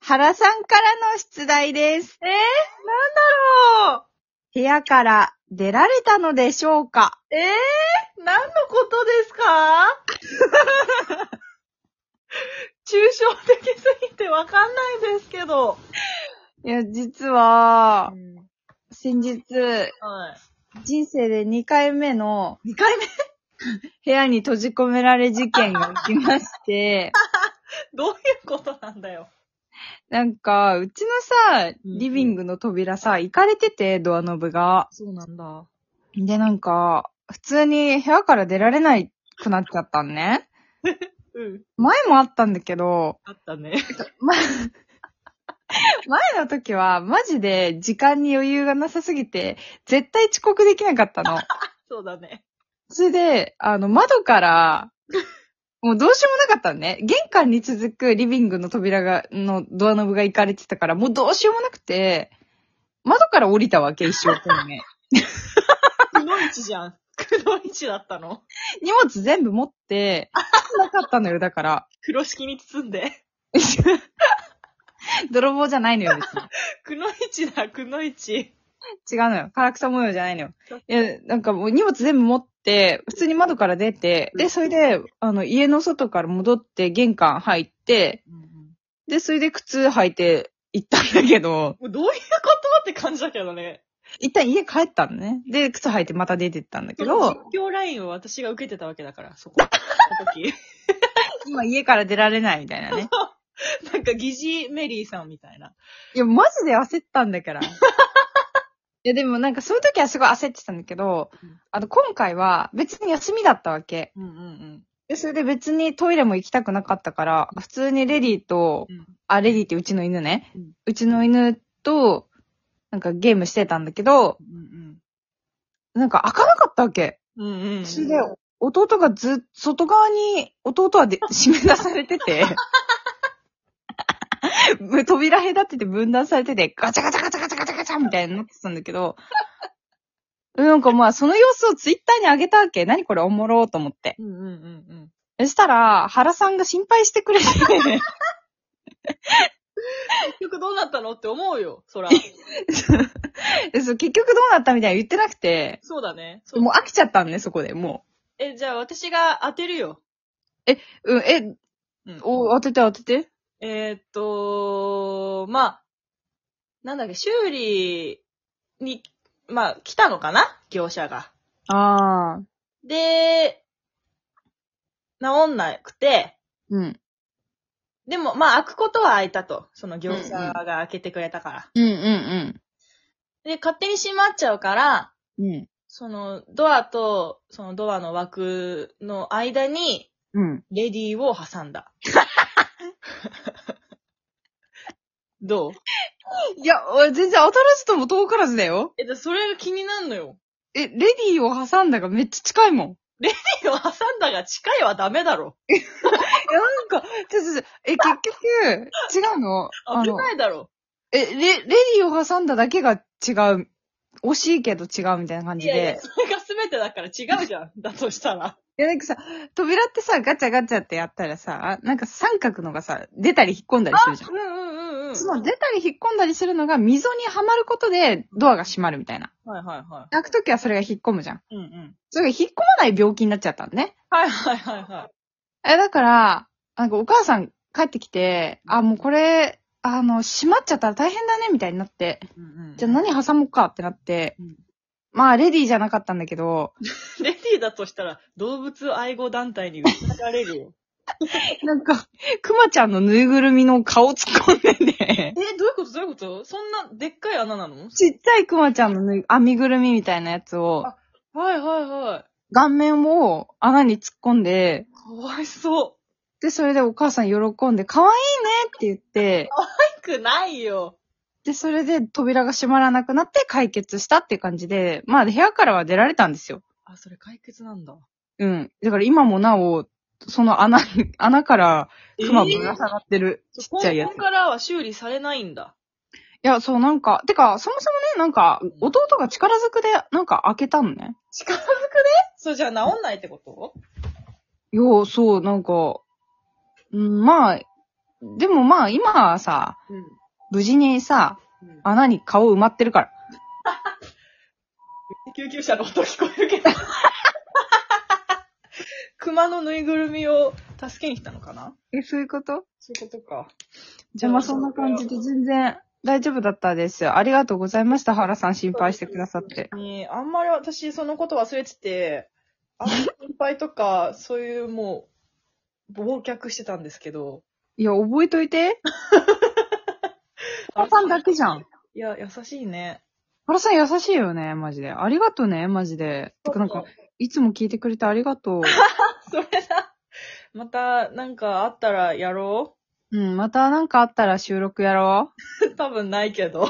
原さんからの出題です。えー、なんだろ部屋から出られたのでしょうかうえー、何のことですか 抽象的すぎてわかんないですけど。いや、実は、は先日、い。人生で2回目の二回目部屋に閉じ込められ事件が起きま して、どういうことなんだよ。なんか、うちのさ、リビングの扉さ、行かれてて、ドアノブが。そうなんだ。で、なんか、普通に部屋から出られないくなっちゃったんね。うん。前もあったんだけど、 あった ね。前の時は、マジで時間に余裕がなさすぎて、絶対遅刻できなかったの。そうだね。それで、あの、窓から、もうどうしようもなかったのね。玄関に続くリビングの扉が、のドアノブが行かれてたから、もうどうしようもなくて、窓から降りたわけ、一生懸命。くのいちじゃん。くのいちだったの。荷物全部持って、なかったのよ、だから。風呂敷に包んで。泥棒じゃないのよ、別に。くのいちだ、くのいち。違うのよ。唐草模様じゃないのよ。いや、なんかもう荷物全部持って、普通に窓から出て、で、それで、あの、家の外から戻って玄関入って、で、それで靴履いて行ったんだけど、もうどういうことって感じだけどね。一旦家帰ったのね。で、靴履いてまた出てったんだけど、実況ラインを私が受けてたわけだから、そこ。その 時。今家から出られないみたいなね。なんか疑似メリーさんみたいな。いや、マジで焦ったんだから。いや、でもなんかそういう時はすごい焦ってたんだけどうん、あの、今回は別に休みだったわけ。うんうんで、それで別にトイレも行きたくなかったから、普通にレディとう、ん。あ、レディってうちの犬ね。ううんちの犬と、なんかゲームしてたんだけど、うんなんか開かなかったわけ。うん。うんうん、うん。それで、弟がず、外側に、弟は で締め出されてて、 ぶ扉隔てて分断されてて、ガチャガチャガチャガチャガチャガチャみたいになってたんだけど、なんかまあ、その様子をツイッターに上げたわけ。何これおもろーと思って。うんうんうんそしたら、原さんが心配してくれて、結局どうなったのって思うよ、そら。 そう結局どうなったみたいに言ってなくて、そうだね。そうもう飽きちゃったんね、そこで、もえ、じゃあ私が当てるよ。う。うん、え、うんお、当てて当てて。えーっと、まあ、なんだっけ、修理に、まあ、来たのかな業者が。ああ。で、治んなくて、うん。でも、まあ、開くことは開いたと。その業者が開けてくれたから。うんうんで、勝手に閉まっちゃうから、うん。うん。その、ドアと、そのドアの枠の間に、うん。レディーを挟んだ。 どういや、俺全然当たらずとも遠からずだよ。え、だそれが気になるのよ。え、レディーを挟んだがめっちゃ近いもん。いレディーを挟んだが近いはダメだろ。や、なんか、ちょちょちょ、え、結局、違うのあ危の、ないだろ。え、レ、レディーを挟んだだけが違う。惜しいけど違うみたいな感いじで。いややいや、それが全てだから違うじゃん。だとしたら。なんかさ、扉ってさ、ガチャガチャってやったらさ、なんか三角のがさ、出たり引っ込んだりするじゃんうんうんうんうん。その出たり引っ込んだりするのが溝にはまることでドアが閉まるみたいな。はいはいは泣くときはそれが引っ込むじゃん。い。うんうん。それが引っ込まない病気になっちゃったんね。はいはいはいはえ、だから、なんかお母さん帰ってきて、あ、もうこれ、あの、閉まっちゃったら大変だね、みたいになって。い。うんうんじゃあ何挟もうかってなってうん。まあ、レディーじゃなかったんだけど、レディーだとしたら、動物愛護団体に訴えられるよ。なんか、クマちゃんのぬいぐるみの顔突っ込んでて え、、どういうことどういうことそんなでっかい穴なのちっちゃいクマちゃんのぬい編みぐるみみたいなやつを、はいはいはい。顔面を穴に突っ込んで、かわいそで、それでお母さん喜んで、可愛いねって言って、う。くないよ。で、それで扉が閉まらなくなって解決したっていう感じで、まあ、部屋からは出られたんですよ。あ、それ解決なんだ。うん。だから今もなお、その穴に、穴から熊ぶらえ下がってる、ーちっちゃいやつ。い今後からは修理されないんだ。や、そうなんか、てか、そもそもね、なんか、弟が力ずくで、なんか開けたのね。力ずくでそう、じゃあ治んないってこといや、そう、なんか、うん、まあ、でもまあ今はさ、うん。無事にさ、うん穴に顔埋まってるから。救急車の音聞こえるけど。 熊のぬいぐるみを助けに来たのかなえ、そういうことそういうことか。じゃあまあそんな感じで全然大丈夫だったですよ。ありがとうございました、原さん心配してくださって。ねあんまり私そのこと忘れてて、あんまり心配とか、そういうもう、忘却してたんですけど。いや、覚えとい て。原さんだけじゃん。いや、優しいね。原さん優しいよね、マジで。ありがとうね、マジで。てかなんか、いつも聞いてくれてありがとう。 それだ。また、なんかあったらやろうん、またなんかあったら収録やろう多分ないけど。う。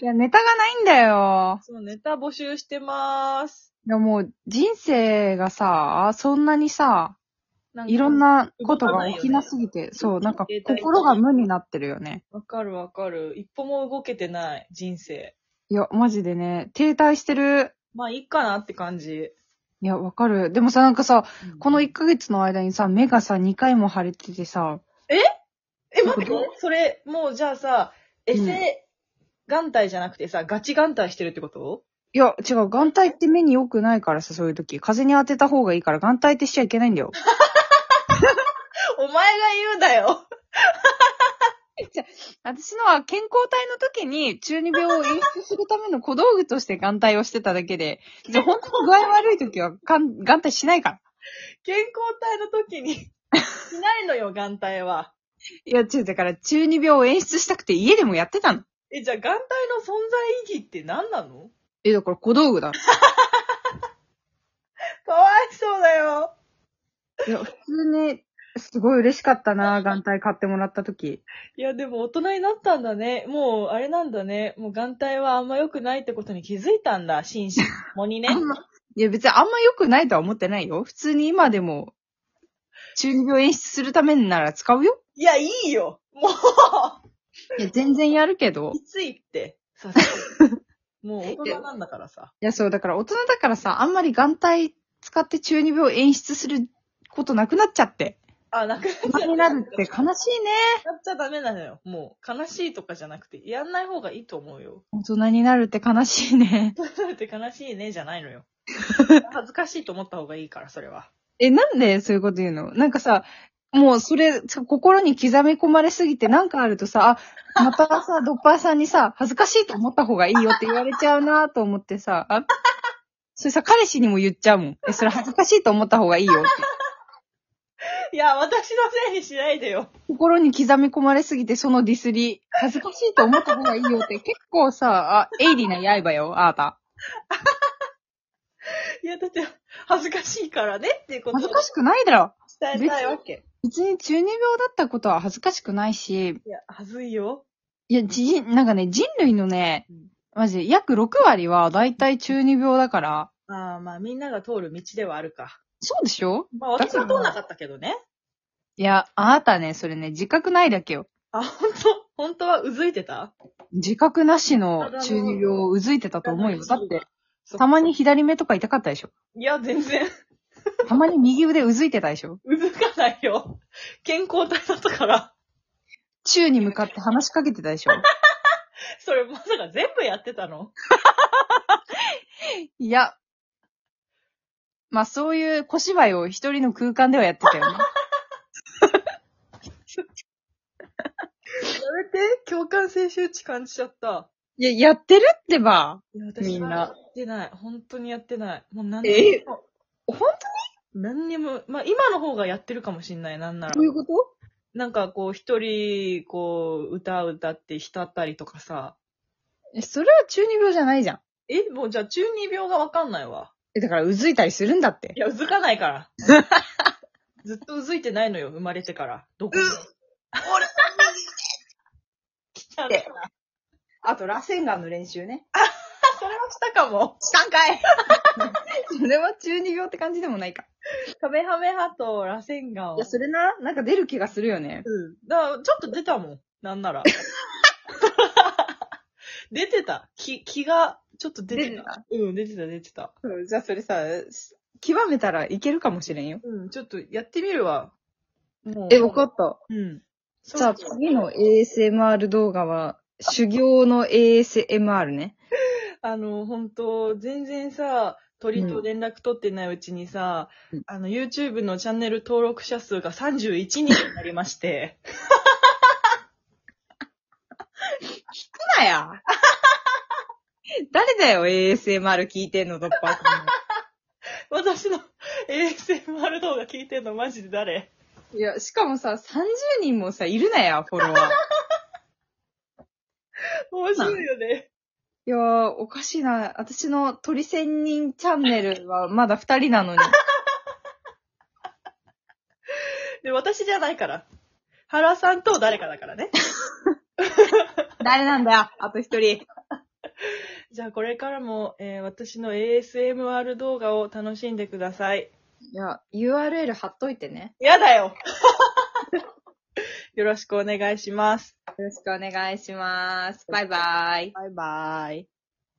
いや、ネタがないんだよ。そう、ネタ募集してます。いや、もう、人生がさ、そんなにさ、なんかいろん。なことが起きなすぎて、そう、なんか、心が無になってるよね。わかるわかる。一歩も動けてない、人生。いや、マジでね、停滞してる。まあ、いいかなって感じ。いや、わかる。でもさ、なんかさ、このえ、 1ヶ月の間にさ、目がさ、2回も腫れててさ、待って、それ、もうじゃあさ、エセ眼帯じゃなくてさ、ガチ眼帯してるってこといや、違う、眼帯って目に良くないからさ、そういう時。風に当てた方がいいから、眼帯ってしちゃいけないんだよ。お前が言うだよ。 私のは健康体の時に中二病を演出するための小道具として眼帯をしてただけで、で本当に具合悪い時はかん眼帯しないから。健康体の時に、しないのよ、眼帯は。いや、違う、だから中二病を演出したくて家でもやってたの。え、じゃあ眼帯の存在意義って何なのえ、だから小道具だ。かわいそうだよ。いや、普通に、すごい嬉しかったな、眼帯買ってもらった時。いや、でも大人になったんだね。もう、あれなんだね。もう眼帯はあんま良くないってことに気づいたんだ、心身ともにねあ。んま、いや別にあんま良くないとは思ってないよ。普通に今でも、中二病演出するためになら使うよ。いや、いいよ。もう、いや、全然やるけど。きついって。さす がにもう大人なんだからさ。いや、そう、だから大人だからさ、あんまり眼帯使って中二病を演出することなくなっちゃって。あ、なくなっちゃ大人になるって悲しいね。やっちゃダメなのよ。もう、悲しいとかじゃなくて、やんない方がいいと思うよ。大人になるって悲しいね。だって悲しいね、じゃないの よ。恥ずかしいと思った方がいいから、それは。え、なんでそういうこと言うのなんかさ、もうそれ、心に刻み込まれすぎてなんかあるとさ、あ、またさ、ドッパーさんにさ、恥ずかしいと思った方がいいよって言われちゃうなと思ってさ、あ、それさ、彼氏にも言っちゃうもん。え、それ恥ずかしいと思った方がいいよって。いや、私のせいにしないでよ。心に刻み込まれすぎて、そのディスり、恥ずかしいと思った方がいいよって、結構さ、あ、鋭利な刃よ、あーた。いや、だって、恥ずかしいからねっていうことを恥ずかしくないだろ。伝えたいわけ。別に中二病だったことは恥ずかしくないし、いや、恥ずいよ。いや、じ、なんかね、人類のね、マジで約6割は大体中二病だから、ああ、まあ、みんなが通る道ではあるか。そうでしょまあ、私は通んなかったけどね。いや、あなたね、それね、自覚ないだけよ。あ、本当本当はうずいてた自覚なしの中二病をうずいてたと思うよ。だって、たまに左目とか痛かったでしょいや、全然、たまに右腕うずいてたでしょうずかないよ。健康体だったから。宙に向かって話しかけてた でしょそれまさか全部やってたのいや、まあそういう小芝居を一人の空間ではやってたよね。やめて、共感性周知感じちゃった。いや、やってるってば。いや、私みんなやってない。本当にやってない。もう何えにも。本何にも、まあ今の方がやってるかもしんない、なんならど。ういうことなんかこう一人、こう歌を歌って浸ったりとかさ。えそれは中二病じゃないじゃん。え、もうじゃあ中二病がわかんないわ。え、だからうずいたりするんだってい。や、うずかな いから。ずっとうずいてないのよ、生まれてから。どこも。俺 来ちゃった。あと、螺旋丸の練習ね。それはしたかも。したんかい それは中二病って感じでもないか。カメハメハと螺旋岩を。いや、それな、なんか出る気がするよね。うん。だから、ちょっと出たもん。なんなら。 出てた。気、気が、ちょっと出て出た。てたうん、出てた、出てた。じゃあそれさ、極めたらいけるかもしれんよ。うん、ちょっとやってみるわ。もうえ、わかった。うん。じゃあそうそう次の ASMR 動画は、修行の ASMR ね。あの、本当全然さ、鳥と連絡取ってないうちにさ、うんあの、YouTube のチャンネル登録者数が31人になりまして。 なや誰だよ、ASMR 聞いてんの、ドッパー私の ASMR 動画聞いてんのマジで誰君。いや、しかもさ、30人もさ、いるなや、フォロワー。面白いよね。いやー、おかしいな。私の鳥仙人チャンネルはまだ二人なのに。で、私じゃないから。原さんと誰かだからね。 誰なんだよ、あと一人。じゃあこれからも、えー私の ASMR 動画を楽しんでください。いや、URL 貼っといてね。やだよ よろしくお願いします。よろしくお願いします。バイバイ。バイバーイ。